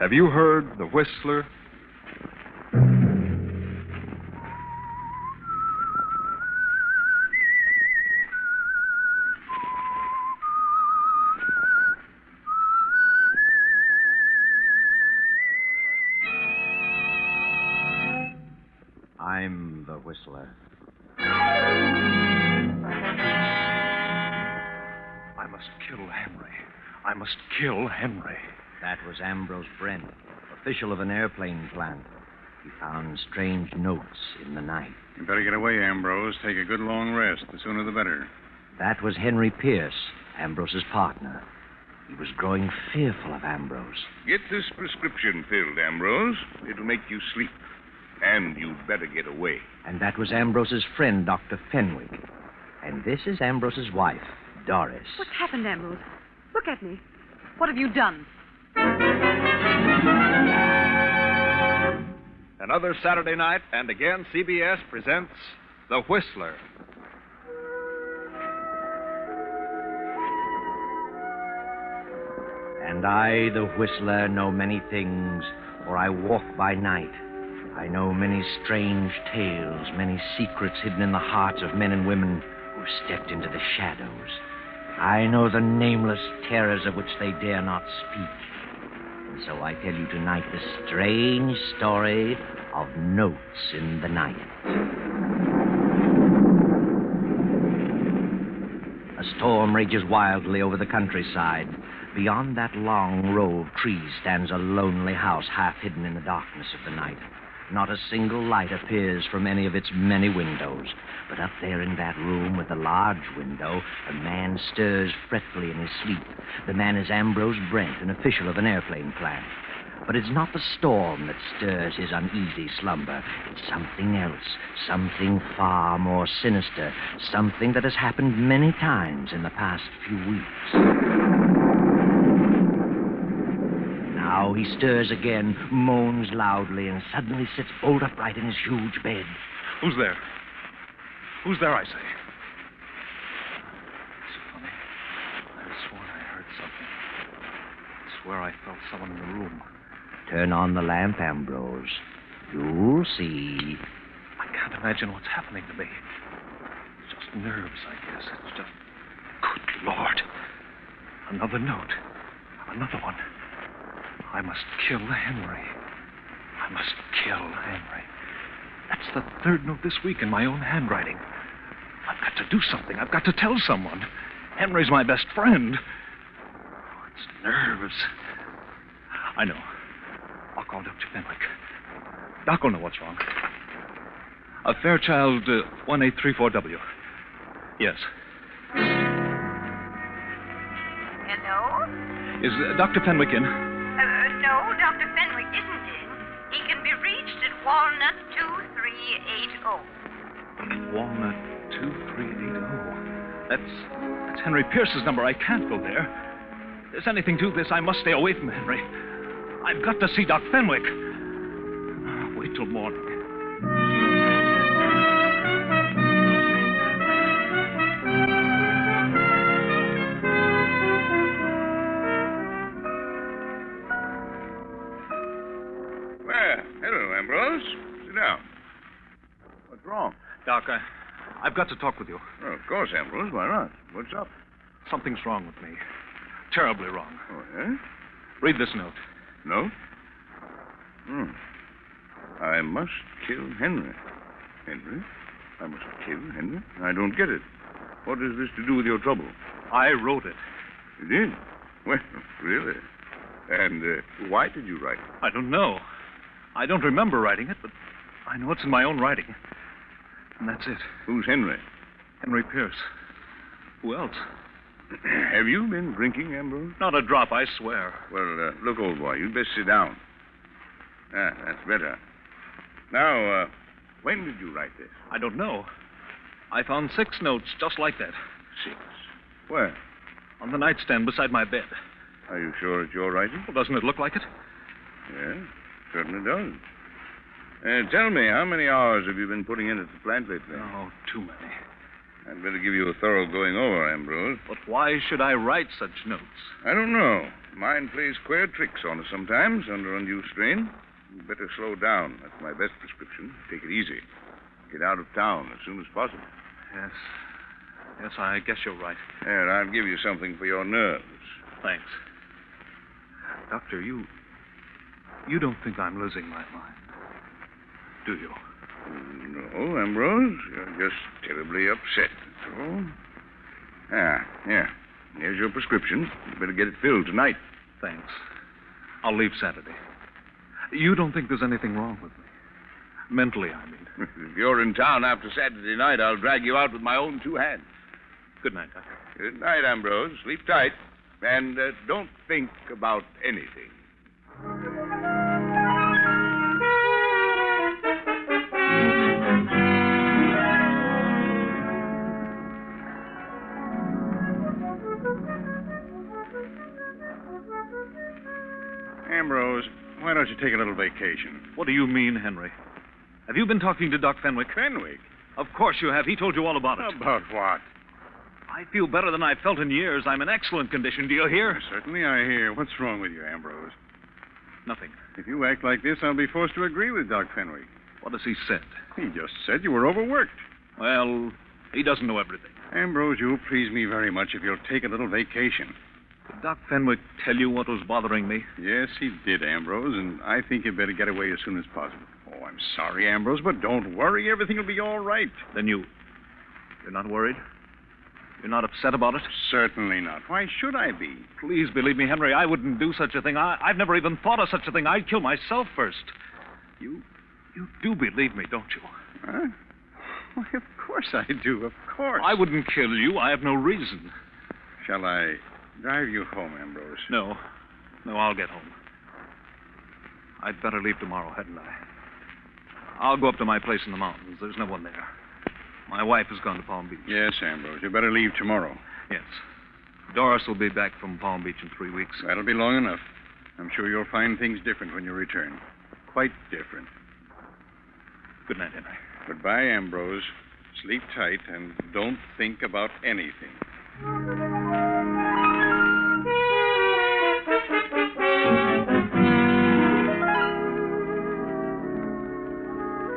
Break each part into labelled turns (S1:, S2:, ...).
S1: Have you heard the whistler?
S2: I'm the whistler.
S1: I must kill Henry. I must kill Henry.
S2: That was Ambrose Brent, official of an airplane plant. He found strange notes in the night.
S3: You better get away, Ambrose. Take a good long rest. The sooner the better.
S2: That was Henry Pierce, Ambrose's partner. He was growing fearful of Ambrose.
S4: Get this prescription filled, Ambrose. It'll make you sleep. And you'd better get away.
S2: And that was Ambrose's friend, Dr. Fenwick. And this is Ambrose's wife, Doris.
S5: What's happened, Ambrose? Look at me. What have you done?
S1: Another Saturday night, and again, CBS presents The Whistler.
S2: And I, the whistler, know many things, for I walk by night. I know many strange tales, many secrets hidden in the hearts of men and women who stepped into the shadows. I know the nameless terrors of which they dare not speak. And so I tell you tonight the strange story of notes in the night. A storm rages wildly over the countryside. Beyond that long row of trees stands a lonely house half hidden in the darkness of the night. Not a single light appears from any of its many windows. But up there in that room with the large window, a man stirs fretfully in his sleep. The man is Ambrose Brent, an official of an airplane plant. But it's not the storm that stirs his uneasy slumber. It's something else, something far more sinister, something that has happened many times in the past few weeks. Now he stirs again, moans loudly, and suddenly sits bolt upright in his huge bed.
S1: Who's there? Who's there, I say? It's funny. I have sworn I heard something. I swear I felt someone in the room.
S2: Turn on the lamp, Ambrose. You'll see.
S1: I can't imagine what's happening to me. It's just nerves, I guess. It's just. Good Lord. Another note. Another one. I must kill Henry. I must kill Henry. That's the third note this week in my own handwriting. I've got to do something. I've got to tell someone. Henry's my best friend. Oh, it's nerves. I know. I'll call Dr. Fenwick. Doc will know what's wrong. A Fairchild uh, 1834W. Yes.
S6: Hello?
S1: Is uh, Dr. Fenwick in?
S6: Uh, no, Dr. Fenwick isn't in. He can be reached at Walnut 2380.
S1: Walnut 2380. oh. That's, that's Henry Pierce's number. I can't go there. If there's anything to this, I must stay away from Henry. I've got to see Doc Fenwick. Ah, Wait till morning.
S4: Well, hello, Ambrose. Sit down. What's wrong?
S1: Doc, I, I've got to talk with you.
S4: Well, of course, Ambrose. Why not? What's up?
S1: Something's wrong with me. Terribly wrong.
S4: Oh, eh?
S1: Read this note.
S4: No? Hmm. I must kill Henry. Henry? I must kill Henry? I don't get it. What has this to do with your trouble?
S1: I wrote it.
S4: You did? Well, really? And uh, why did you write it?
S1: I don't know. I don't remember writing it, but I know it's in my own writing. And that's it.
S4: Who's Henry?
S1: Henry Pierce. Who else?
S4: Have you been drinking, Ambrose?
S1: Not a drop, I swear.
S4: Well, uh, look, old boy, you'd best sit down. Ah, that's better. Now, uh, when did you write this?
S1: I don't know. I found six notes just like that
S4: Six. Where?
S1: on the nightstand beside my bed.
S4: Are you sure it's your writing?
S1: Well, doesn't it look like it?
S4: Yeah, certainly does. Uh, tell me, how many hours have you been putting in at the plant lately?
S1: Oh, too many.
S4: I'd better give you a thorough going over, Ambrose.
S1: But why should I write such notes?
S4: I don't know. Mind plays queer tricks on us sometimes under undue strain. You'd better slow down. That's my best prescription. Take it easy. Get out of town as soon as possible.
S1: Yes. Yes, I guess you're right.
S4: Here, I'll give you something for your nerves.
S1: Thanks. Doctor, you. You don't think I'm losing my mind, do you?
S4: Mm, No, Ambrose, you're just terribly upset. That's all. Ah, yeah. Here's your prescription. You better get it filled tonight.
S1: Thanks. I'll leave Saturday. You don't think there's anything wrong with me? Mentally, I mean.
S4: if you're in town after Saturday night, I'll drag you out with my own two hands.
S1: Good night, Doctor.
S4: Good night, Ambrose. Sleep tight. And uh, don't think about anything.
S3: Ambrose, why don't you take a little vacation?
S1: What do you mean, Henry? Have you been talking to Doc Fenwick?
S3: Fenwick?
S1: Of course you have. He told you all about it.
S3: About what?
S1: I feel better than I've felt in years. I'm in excellent condition. Do you hear?
S3: Certainly I hear. What's wrong with you, Ambrose?
S1: Nothing.
S3: If you act like this, I'll be forced to agree with Doc Fenwick.
S1: What has he said?
S3: He just said you were overworked.
S1: Well, he doesn't know everything.
S3: Ambrose, you'll please me very much if you'll take a little vacation.
S1: Did Doc Fenwick tell you what was bothering me?
S3: Yes, he did, Ambrose, and I think you'd better get away as soon as possible. Oh, I'm sorry, Ambrose, but don't worry. Everything will be all right.
S1: Then you. You're not worried? You're not upset about it?
S3: Certainly not. Why should I be?
S1: Please believe me, Henry. I wouldn't do such a thing. I, I've never even thought of such a thing. I'd kill myself first. You. You do believe me, don't you?
S3: Huh? Why, of course I do. Of course.
S1: I wouldn't kill you. I have no reason.
S3: Shall I drive you home, Ambrose?
S1: No. No, I'll get home. I'd better leave tomorrow, hadn't I? I'll go up to my place in the mountains. There's no one there. My wife has gone to Palm Beach.
S3: Yes, Ambrose. You better leave tomorrow.
S1: Yes. Doris will be back from Palm Beach in three weeks.
S3: That'll be long enough. I'm sure you'll find things different when you return. Quite different.
S1: Good night, Henry.
S3: Goodbye, Ambrose. Sleep tight and don't think about anything.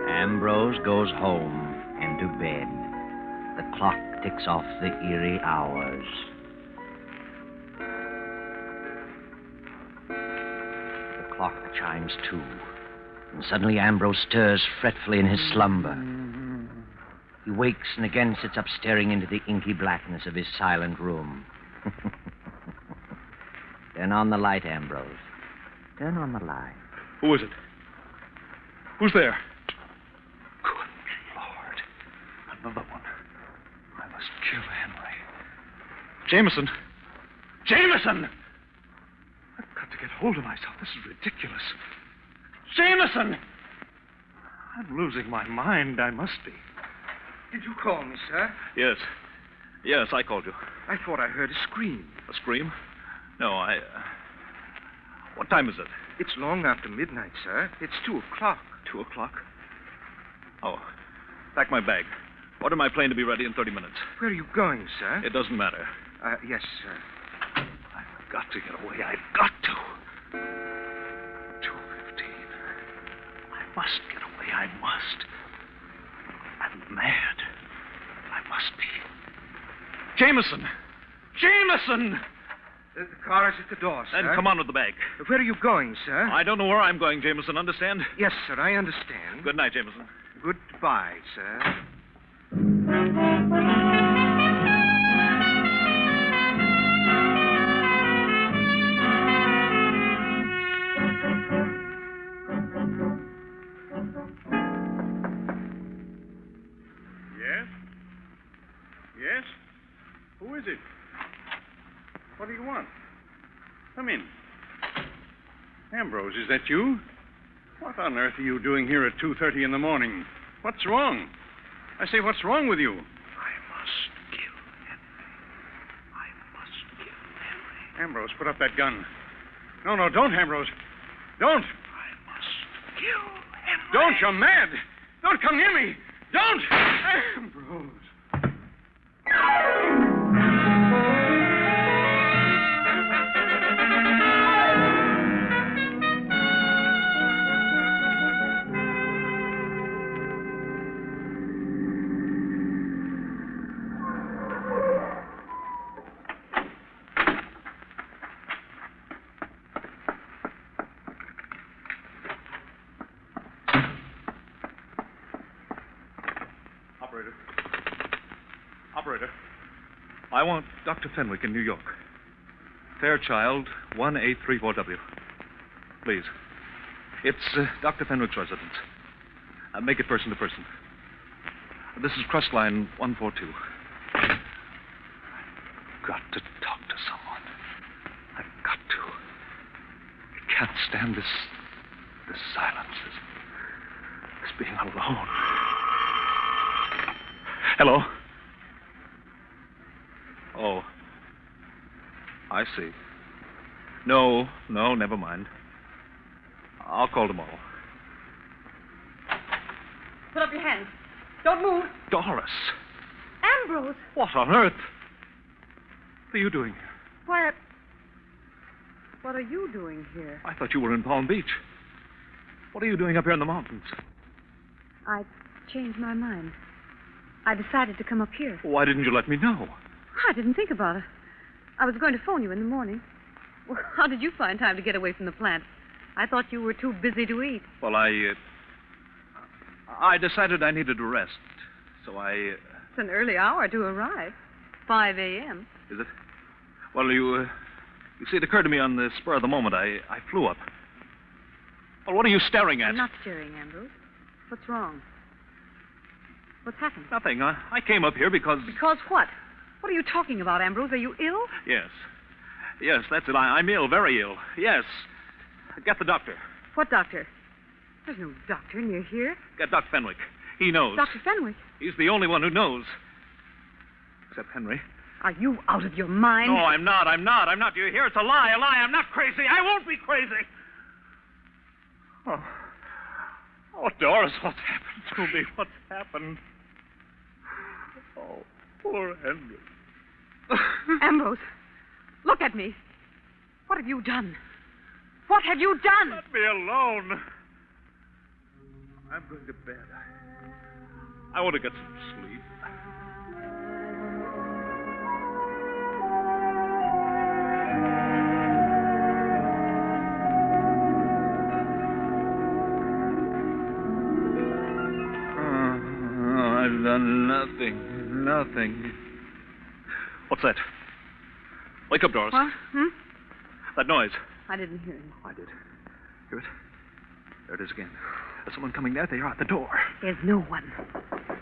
S2: Ambrose goes home and to bed. The clock ticks off the eerie hours. The clock chimes two, and suddenly Ambrose stirs fretfully in his slumber. He wakes and again sits up staring into the inky blackness of his silent room. Turn on the light, Ambrose. Turn on the light.
S1: Who is it? Who's there? Good Lord. Another one. I must kill Henry. Jameson. Jameson! I've got to get hold of myself. This is ridiculous. Jameson! I'm losing my mind. I must be.
S7: Did you call me, sir?
S1: Yes. Yes, I called you.
S7: I thought I heard a scream.
S1: A scream? No, I. Uh... What time is it?
S7: It's long after midnight, sir. It's two o'clock.
S1: Two o'clock? Oh. Pack my bag. Order my plane to be ready in 30 minutes.
S7: Where are you going, sir?
S1: It doesn't matter.
S7: Uh, yes, sir.
S1: I've got to get away. I've got to. 2.15. I must get away. I must. I'm mad. I must be. Jameson! Jameson!
S7: Uh, the car is at the door, sir.
S1: Then come on with the bag.
S7: Where are you going, sir?
S1: I don't know where I'm going, Jameson. Understand?
S7: Yes, sir, I understand.
S1: Good night, Jameson.
S7: Goodbye, sir.
S4: Yes? Yes? Who is it? What do you want? Come in. Ambrose, is that you? What on earth are you doing here at 2.30 in the morning? What's wrong? I say, what's wrong with you?
S1: I must kill Henry. I must kill Henry.
S4: Ambrose, put up that gun. No, no, don't, Ambrose. Don't.
S1: I must kill Henry.
S4: Don't, you're mad. Don't come near me. Don't. Ambrose.
S1: Operator. Operator. I want Dr. Fenwick in New York. Fairchild 1834W. Please. It's uh, Dr. Fenwick's residence. Uh, make it person to person. This is Crust Line 142. I've got to talk to someone. I've got to. I can't stand this. this silence, this. this being alone. Hello. Oh. I see. No, no, never mind. I'll call tomorrow.
S5: Put up your hands. Don't move.
S1: Doris,
S5: Ambrose.
S1: what on earth? What are you doing here?
S5: Why, I- what are you doing here?
S1: I thought you were in Palm Beach. What are you doing up here in the mountains?
S5: I changed my mind. I decided to come up here.
S1: Why didn't you let me know?
S5: I didn't think about it. I was going to phone you in the morning. Well, how did you find time to get away from the plant? I thought you were too busy to eat.
S1: Well, I. Uh, I decided I needed a rest, so I. Uh,
S5: It's an early hour to arrive. 5 a.m.
S1: Is it? Well, you, uh, you see, it occurred to me on the spur of the moment. I, I flew up. Well, what are you staring at?
S5: I'm not staring, Ambrose. What's wrong? What's happened?
S1: Nothing. I, I came up here because.
S5: Because what? What are you talking about, Ambrose? Are you ill?
S1: Yes. Yes, that's it. I, I'm ill, very ill. Yes. Get the doctor.
S5: What doctor? There's no doctor near here.
S1: Get Dr. Fenwick. He knows.
S5: Dr. Fenwick,
S1: He's the only one who knows. Except Henry.
S5: are you out of your mind?
S1: No, I'm not. I'm not. I'm not. Do you hear? It's a lie. A lie. I'm not crazy. I won't be crazy. Oh. Oh, Doris, what's happened to me? What's happened? Oh, poor Henry.
S5: Ambrose, look at me. What have you done? What have you done?
S1: Let me alone. I'm going to bed. I want to get some sleep. I've done Oh, nothing. Nothing. What's that? Wake up, Doris.
S5: What? Hmm?
S1: That noise.
S5: I didn't hear him.
S1: I did. Hear it? There it is again. There's someone coming there. They are at the door.
S5: There's no one.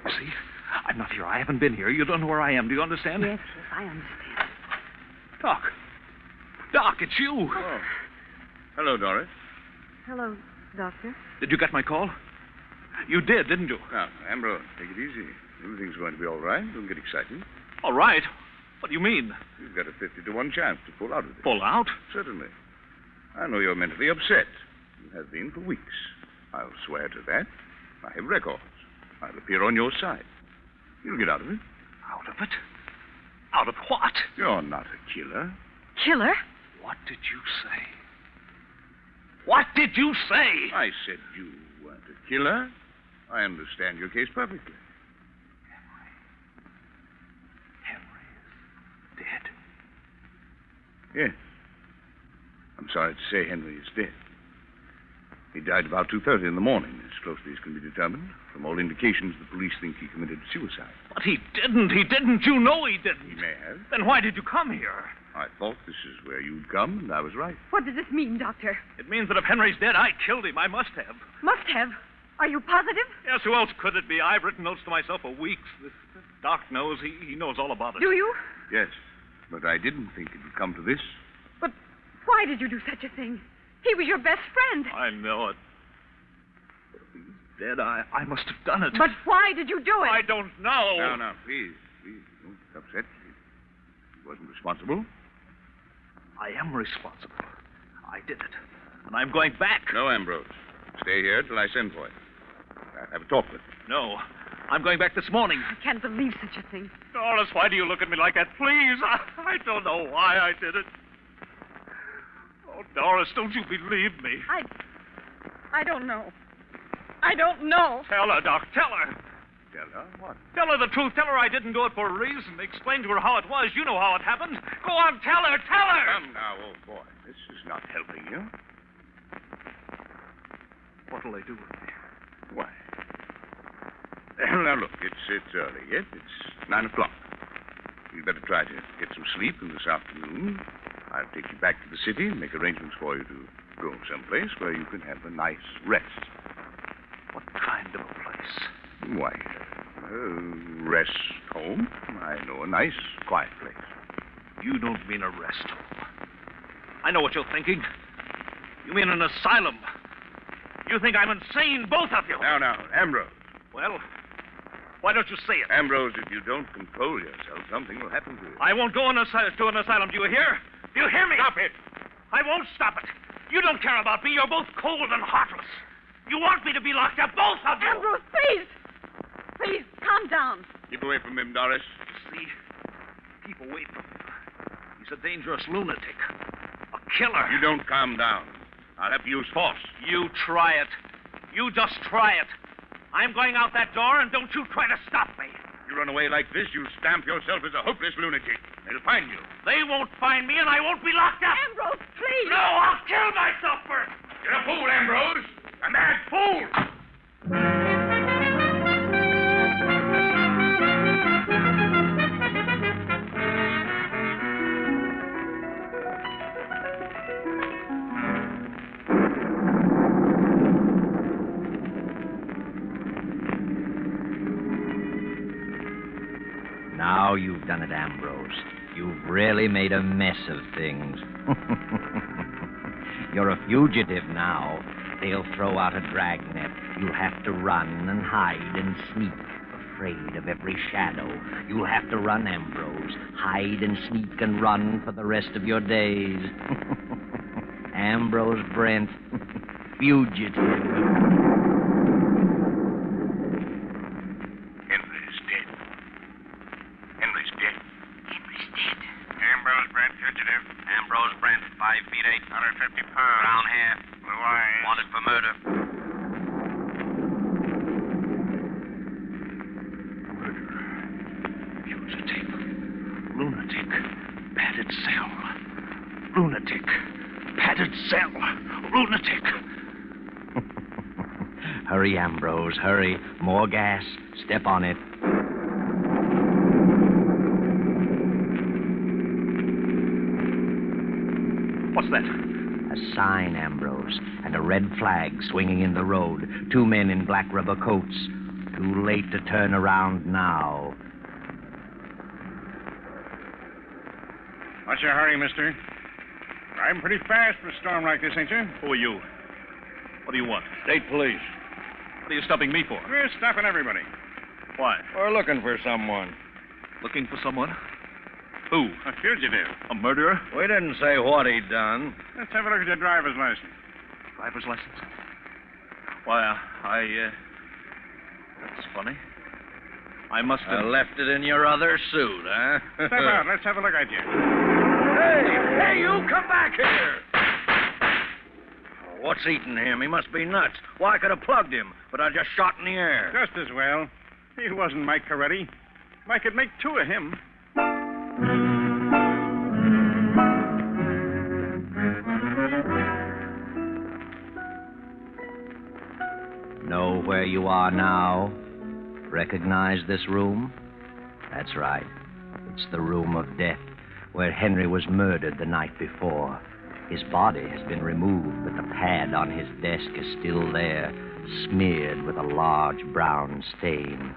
S1: You see? I'm not here. I haven't been here. You don't know where I am. Do you understand?
S5: Yes, yes, I understand.
S1: Doc. Doc, it's you.
S3: Oh. Hello, Doris.
S5: Hello, Doctor.
S1: Did you get my call? You did, didn't you?
S3: Now, Ambrose, take it easy. Everything's going to be all right. Don't get excited.
S1: All right. What do you mean?
S3: You've got a 50 to 1 chance to pull out of this.
S1: Pull out?
S3: Certainly. I know you're mentally upset. You have been for weeks. I'll swear to that. I have records. I'll appear on your side. You'll get out of it.
S1: Out of it? Out of what?
S3: You're not a killer.
S5: Killer?
S1: What did you say? What did you say?
S3: I said you weren't a killer. I understand your case perfectly.
S1: Henry is dead.
S3: Yes. I'm sorry to say Henry is dead. He died about 2.30 in the morning, as closely as can be determined. From all indications, the police think he committed suicide.
S1: But he didn't. He didn't. You know he
S3: He
S1: didn't.
S3: may have.
S1: Then why did you come here?
S3: I thought this is where you'd come, and I was right.
S5: What does this mean, Doctor?
S1: It means that if Henry's dead, I killed him. I must have.
S5: Must have. Are you positive?
S1: Yes, who else could it be? I've written notes to myself for weeks. This doc knows. He, he knows all about it.
S5: Do you?
S3: Yes, but I didn't think it would come to this.
S5: But why did you do such a thing? He was your best friend.
S1: I know it. But if he's dead, I, I must have done it.
S5: But why did you do it?
S1: I don't know.
S3: No, no, please, please, don't get upset. He wasn't responsible.
S1: I am responsible. I did it. And I'm going back.
S3: No, Ambrose. Stay here till I send for him. I'll have a talk with him.
S1: No. I'm going back this morning.
S5: I can't believe such a thing.
S4: Doris, why do you look at me like that? Please, I, I don't know why I did it. Oh, Doris, don't you believe me?
S5: I. I don't know. I don't know.
S4: Tell her, Doc. Tell her.
S3: Tell her what?
S4: Tell her the truth. Tell her I didn't do it for a reason. Explain to her how it was. You know how it happened. Go on, tell her. Tell her.
S1: Um,
S3: Come now, old boy. This is not helping you.
S1: What'll they do with me?
S3: Why? Well, now look, it's it's early yet. It's nine o'clock. You'd better try to get some sleep in this afternoon. I'll take you back to the city and make arrangements for you to go someplace where you can have a nice rest.
S1: What kind of a place?
S3: Why, uh, rest home. I know a nice, quiet place.
S1: You don't mean a rest home. I know what you're thinking. You mean an asylum. You think I'm insane, both of you.
S3: Now, now, Ambrose.
S1: Uh, Well, why don't you say it?
S3: Ambrose, if you don't control yourself, something will happen to you.
S1: I won't go in asy- to an asylum. Do you hear? Do you hear me? Stop it. I won't stop it. You don't care about me. You're both cold and heartless. You want me to be locked up, both of you.
S5: Ambrose, please. Please, calm down.
S3: Keep away from him, Doris.
S1: See? Keep away from him. He's a dangerous lunatic. A killer.
S3: You don't calm down. I'll have to use force.
S1: You try it. You just try it. I'm going out that door, and don't you try to stop me.
S3: You run away like this, you'll stamp yourself as a hopeless lunatic. They'll find you.
S1: They won't find me, and I won't be locked up.
S5: Ambrose, please.
S1: No, I'll kill myself first.
S3: You're a fool, Ambrose. A mad fool.
S2: Now you've done it, Ambrose. You've really made a mess of things. You're a fugitive now. They'll throw out a dragnet. You'll have to run and hide and sneak, afraid of every shadow. You'll have to run, Ambrose. Hide and sneak and run for the rest of your days. Ambrose Brent, fugitive.
S3: Henry's dead. Henry's dead.
S6: Henry's dead.
S3: Ambrose Brent, fugitive. Ambrose Brent, 5 feet 8, 150 pounds. Brown hair. Blue eyes. Wanted for murder.
S1: Fugitive. Lunatic. Padded cell. Lunatic. Padded cell. Lunatic.
S2: hurry, Ambrose, hurry. More gas. Step on it.
S1: What's that?
S2: A sign, Ambrose, and a red flag swinging in the road. Two men in black rubber coats. Too late to turn around now.
S4: What's your hurry, mister? Driving pretty fast for a storm like this, ain't you?
S1: Who are you? What do you want?
S4: State police.
S1: What are you stopping me for?
S4: We're stopping everybody.
S1: Why?
S4: We're looking for someone.
S1: Looking for someone? Who?
S4: A fugitive.
S1: A murderer?
S7: We didn't say what he done.
S4: Let's have a look at your driver's license.
S1: Driver's license? Why, uh, I, uh. That's funny. I must have.
S7: left it in your other suit, huh?
S4: Step out. Let's have a look at you.
S7: Hey, hey, you come back here. What's eating him? He must be nuts. Why, I could have plugged him, but I just shot in the air.
S4: Just as well. He wasn't Mike Coretti. I could make two of him.
S2: Know where you are now? Recognize this room? That's right. It's the room of death, where Henry was murdered the night before. His body has been removed, but the pad on his desk is still there, smeared with a large brown stain.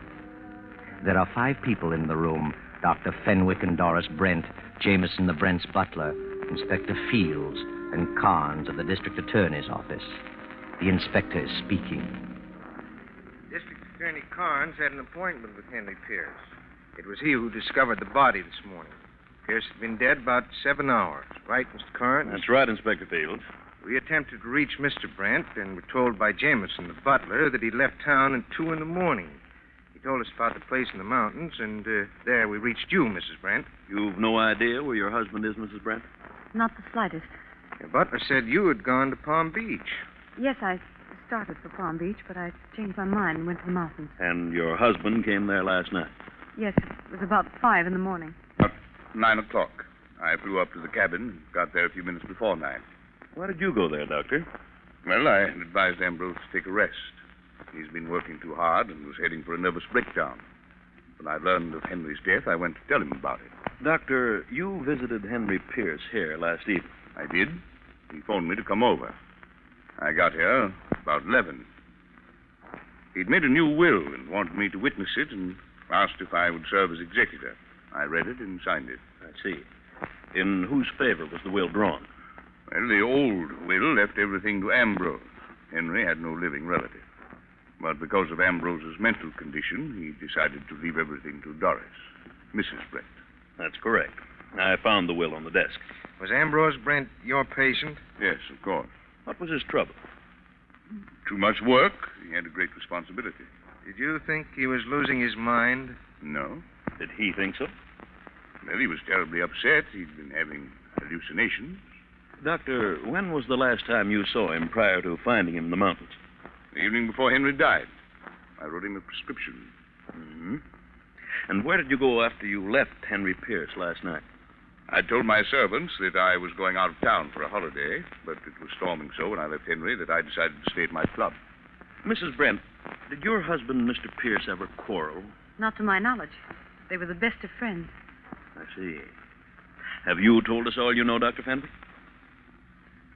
S2: There are five people in the room Dr. Fenwick and Doris Brent, Jameson the Brent's butler, Inspector Fields, and Carnes of the district attorney's office. The inspector is speaking.
S7: District Attorney Carnes had an appointment with Henry Pierce. It was he who discovered the body this morning. Pierce had been dead about seven hours, right, Mr. Carnes?
S3: right, Inspector Fields.
S7: We attempted to reach Mr. Brent and were told by Jameson, the butler, that he left town at two in the morning. He He told us about the place in the mountains, and uh, there we reached you, Mrs. Brent.
S8: You've no idea where your husband is, Mrs. Brent?
S5: Not the slightest.
S7: Your butler said you had gone to Palm Beach.
S5: Yes, I started for Palm Beach, but I changed my mind and went to the mountains.
S8: And your husband came there last night.
S5: Yes, it was about five in the morning.
S3: About nine o'clock. I flew up to the cabin and got there a few minutes before nine.
S8: Why did you go there, Doctor?
S3: Well, I had advised Ambrose to take a rest. He's been working too hard and was heading for a nervous breakdown. When I learned of Henry's death, I went to tell him about it.
S8: Doctor, you visited Henry Pierce here last evening.
S3: I did. He phoned me to come over. I got here about 11. He'd made a new will and wanted me to witness it and asked if I would serve as executor. I read it and signed it.
S8: I see. In whose favor was the will drawn?
S3: Well, the old will left everything to Ambrose. Henry had no living relative. But because of Ambrose's mental condition, he decided to leave everything to Doris, Mrs. Brent.
S8: That's correct. I found the will on the desk.
S7: Was Ambrose Brent your patient?
S3: Yes, of course.
S8: What was his trouble?
S3: Too much work. He had a great responsibility.
S7: Did you think he was losing his mind?
S3: No.
S8: Did he think so?
S3: Well, he was terribly upset. He'd been having hallucinations.
S8: Doctor, when was the last time you saw him prior to finding him in the mountains?
S3: The evening before Henry died, I wrote him a prescription.
S8: hmm And where did you go after you left Henry Pierce last night?
S3: I told my servants that I was going out of town for a holiday, but it was storming so when I left Henry that I decided to stay at my club.
S8: Mrs. Brent, did your husband, Mr. Pierce, ever quarrel?
S5: Not to my knowledge. They were the best of friends.
S8: I see. Have you told us all you know, Dr. Fenby?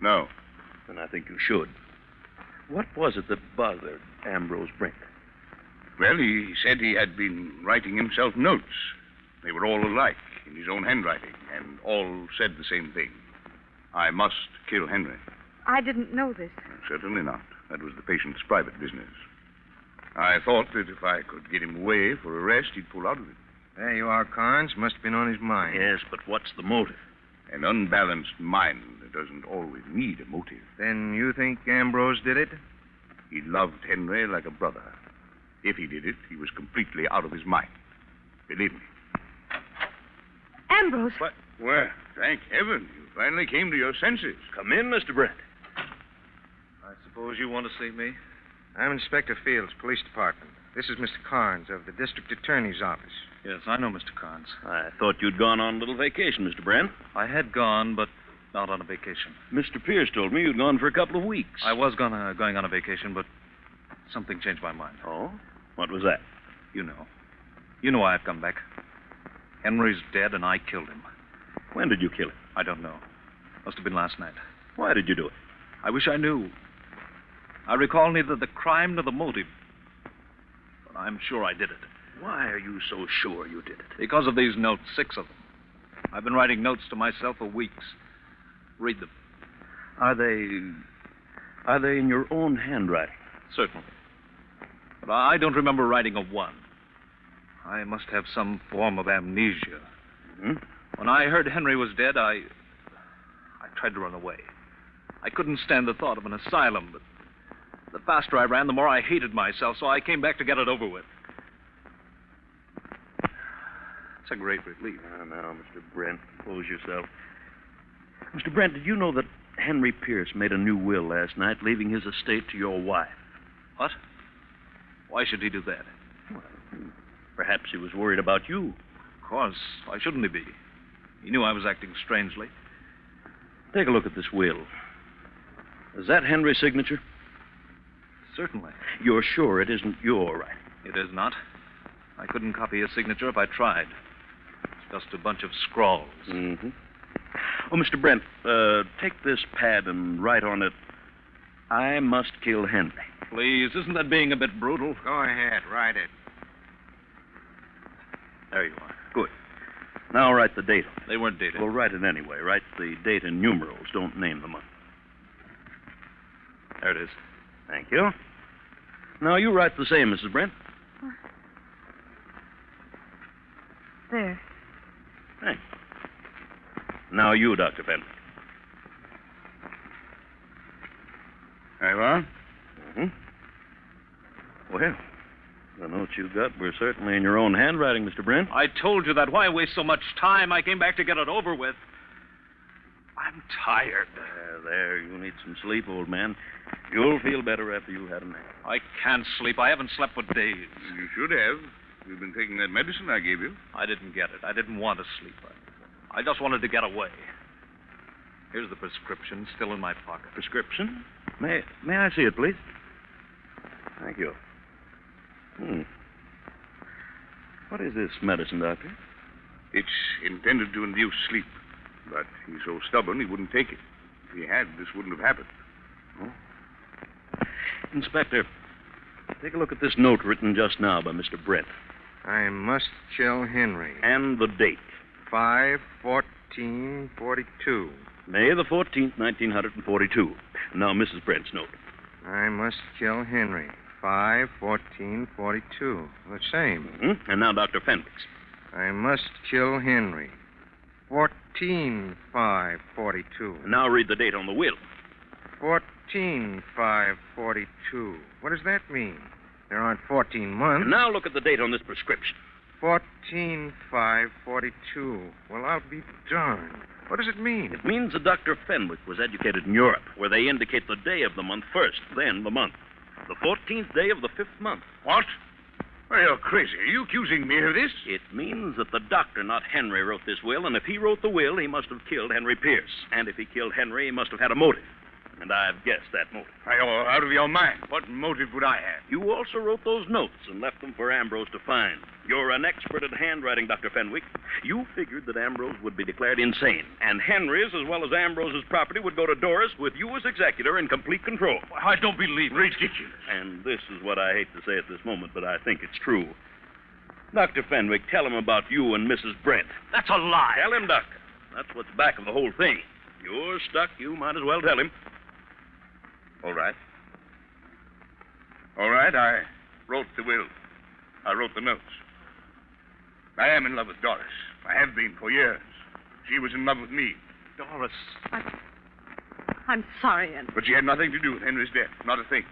S3: No.
S8: Then I think you should. What was it that bothered Ambrose Brent?
S3: Well, he said he had been writing himself notes. They were all alike, in his own handwriting, and all said the same thing I must kill Henry.
S5: I didn't know this.
S3: Certainly not. That was the patient's private business. I thought that if I could get him away for a rest, he'd pull out of it.
S7: There you are, Carnes. Must have been on his mind.
S8: Yes, but what's the motive?
S3: An unbalanced mind that doesn't always need a motive.
S7: Then you think Ambrose did it?
S3: He loved Henry like a brother. If he did it, he was completely out of his mind. Believe me.
S5: Ambrose,
S3: What? Well, thank heaven you finally came to your senses.
S8: Come in, Mr. Brent.
S7: I suppose you want to see me? I'm Inspector Fields, Police Department. This is Mr. Carnes of the District Attorney's Office.
S1: Yes, I know, Mr. Carnes.
S8: I thought you'd gone on a little vacation, Mr. Brent.
S1: I had gone, but not on a vacation.
S8: Mr. Pierce told me you'd gone for a couple of weeks.
S1: I was gonna, going on a vacation, but something changed my mind.
S8: Oh? What was that?
S1: You know. You know why I've come back. Henry's dead, and I killed him.
S8: When did you kill him?
S1: I don't know. Must have been last night.
S8: Why did you do it?
S1: I wish I knew. I recall neither the crime nor the motive. But I'm sure I did it.
S8: Why are you so sure you did it?
S1: Because of these notes, six of them. I've been writing notes to myself for weeks. Read them.
S8: Are they. Are they in your own handwriting?
S1: Certainly. But I don't remember writing a one. I must have some form of amnesia.
S8: Hmm?
S1: When I heard Henry was dead, I. I tried to run away. I couldn't stand the thought of an asylum, but the faster I ran, the more I hated myself, so I came back to get it over with. It's a great relief.
S8: Now, now, Mr. Brent, compose yourself. Mr. Brent, did you know that Henry Pierce made a new will last night, leaving his estate to your wife?
S1: What? Why should he do that?
S8: Perhaps he was worried about you.
S1: Of course. Why shouldn't he be? He knew I was acting strangely.
S8: Take a look at this will. Is that Henry's signature?
S1: Certainly.
S8: You're sure it isn't your writing?
S1: It is not. I couldn't copy his signature if I tried. It's just a bunch of scrawls.
S8: Mm-hmm. Oh, Mr. Brent, uh, take this pad and write on it, I must kill Henry.
S1: Please, isn't that being a bit brutal?
S7: Go ahead, write it.
S8: There you are. Good. Now write the date on
S1: They weren't
S8: it.
S1: dating.
S8: Well, write it anyway. Write the date in numerals. Don't name the month.
S1: there it is.
S8: Thank you. Now you write the same, Mrs. Brent.
S5: there.
S8: Thanks. Now you, Dr. Fenwick.
S3: Ivan?
S8: Mm-hmm. Well,
S1: The notes you got were certainly in your own handwriting, Mr. Brent.
S9: I told you that. Why waste so much time? I came back to get it over with. I'm tired.
S1: There, Uh, there, you need some sleep, old man. You'll feel better after you've had a nap.
S9: I can't sleep. I haven't slept for days.
S3: You should have. You've been taking that medicine I gave you.
S9: I didn't get it. I didn't want to sleep. I, I just wanted to get away. Here's the prescription still in my pocket.
S1: Prescription? May may I see it, please? Thank you. Hmm. What is this medicine, Doctor?
S3: It's intended to induce sleep. But he's so stubborn he wouldn't take it. If he had, this wouldn't have happened.
S1: Inspector, take a look at this note written just now by Mr. Brent.
S7: I must kill Henry.
S1: And the date.
S7: 5 14 42.
S1: May the 14th, 1942. Now, Mrs. Brent's note.
S7: I must kill Henry. 5 14 42. The same.
S1: Hmm? And now, Dr. Fenwick's.
S7: I must kill Henry. 14 5 42.
S1: And now read the date on the will.
S7: 14 5 42. What does that mean? There aren't 14 months.
S1: And now look at the date on this prescription.
S7: 14 5 42. Well, I'll be darned. What does it mean?
S1: It means that Dr. Fenwick was educated in Europe, where they indicate the day of the month first, then the month. The 14th day of the fifth month.
S3: What? Well, you're crazy. Are you accusing me of this?
S1: It means that the doctor, not Henry, wrote this will, and if he wrote the will, he must have killed Henry Pierce. And if he killed Henry, he must have had a motive. And I've guessed that motive.
S3: Why, You're oh, out of your mind. What motive would I have?
S1: You also wrote those notes and left them for Ambrose to find. You're an expert at handwriting, Dr. Fenwick. You figured that Ambrose would be declared insane, and Henry's, as well as Ambrose's property, would go to Doris with you as executor in complete control.
S3: I don't believe it. Ridiculous.
S1: And this is what I hate to say at this moment, but I think it's true. Dr. Fenwick, tell him about you and Mrs. Brent.
S9: That's a lie.
S1: Tell him, Doctor. That's what's back of the whole thing. You're stuck. You might as well tell him.
S3: All right. All right, I wrote the will. I wrote the notes. I am in love with Doris. I have been for years. She was in love with me,
S9: Doris.
S5: I'm sorry, Andy.
S3: but she had nothing to do with Henry's death, not a thing.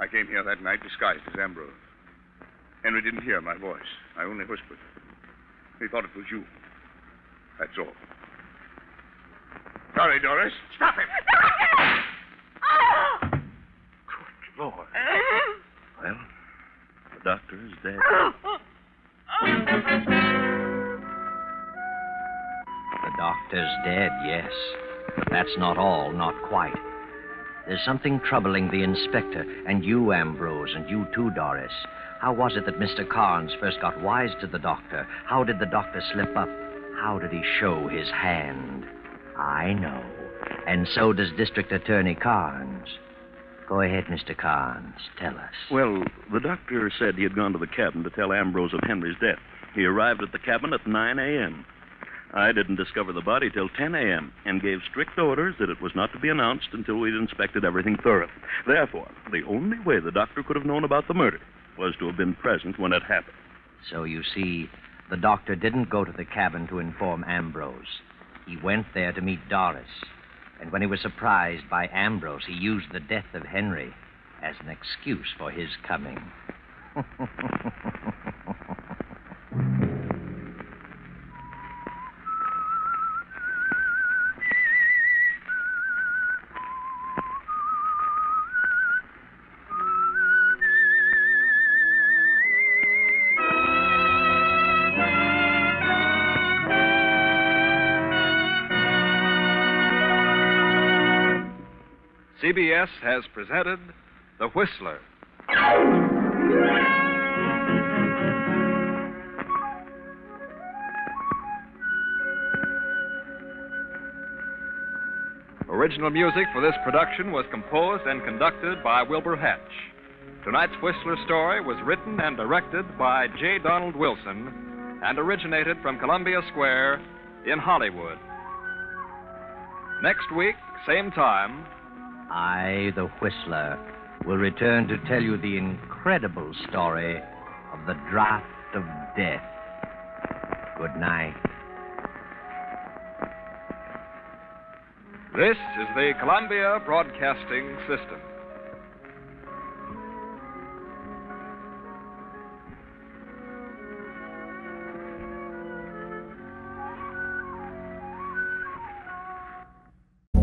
S3: I came here that night disguised as Ambrose. Henry didn't hear my voice. I only whispered. He thought it was you. That's all. Sorry, Doris.
S10: Stop him! Oh!
S9: Good Lord.
S1: Well, the doctor is dead.
S2: The doctor's dead, yes. But that's not all, not quite. There's something troubling the inspector, and you, Ambrose, and you too, Doris. How was it that Mr. Carnes first got wise to the doctor? How did the doctor slip up? How did he show his hand? I know. And so does District Attorney Carnes. Go ahead, Mr. Carnes. Tell us.
S1: Well, the doctor said he had gone to the cabin to tell Ambrose of Henry's death. He arrived at the cabin at 9 a.m. I didn't discover the body till 10 a.m. and gave strict orders that it was not to be announced until we'd inspected everything thoroughly. Therefore, the only way the doctor could have known about the murder was to have been present when it happened.
S2: So you see, the doctor didn't go to the cabin to inform Ambrose. He went there to meet Doris. And when he was surprised by Ambrose, he used the death of Henry as an excuse for his coming.
S11: CBS has presented The Whistler. Original music for this production was composed and conducted by Wilbur Hatch. Tonight's Whistler story was written and directed by J. Donald Wilson and originated from Columbia Square in Hollywood. Next week, same time,
S2: I, the Whistler, will return to tell you the incredible story of the draught of death. Good night.
S11: This is the Columbia Broadcasting System.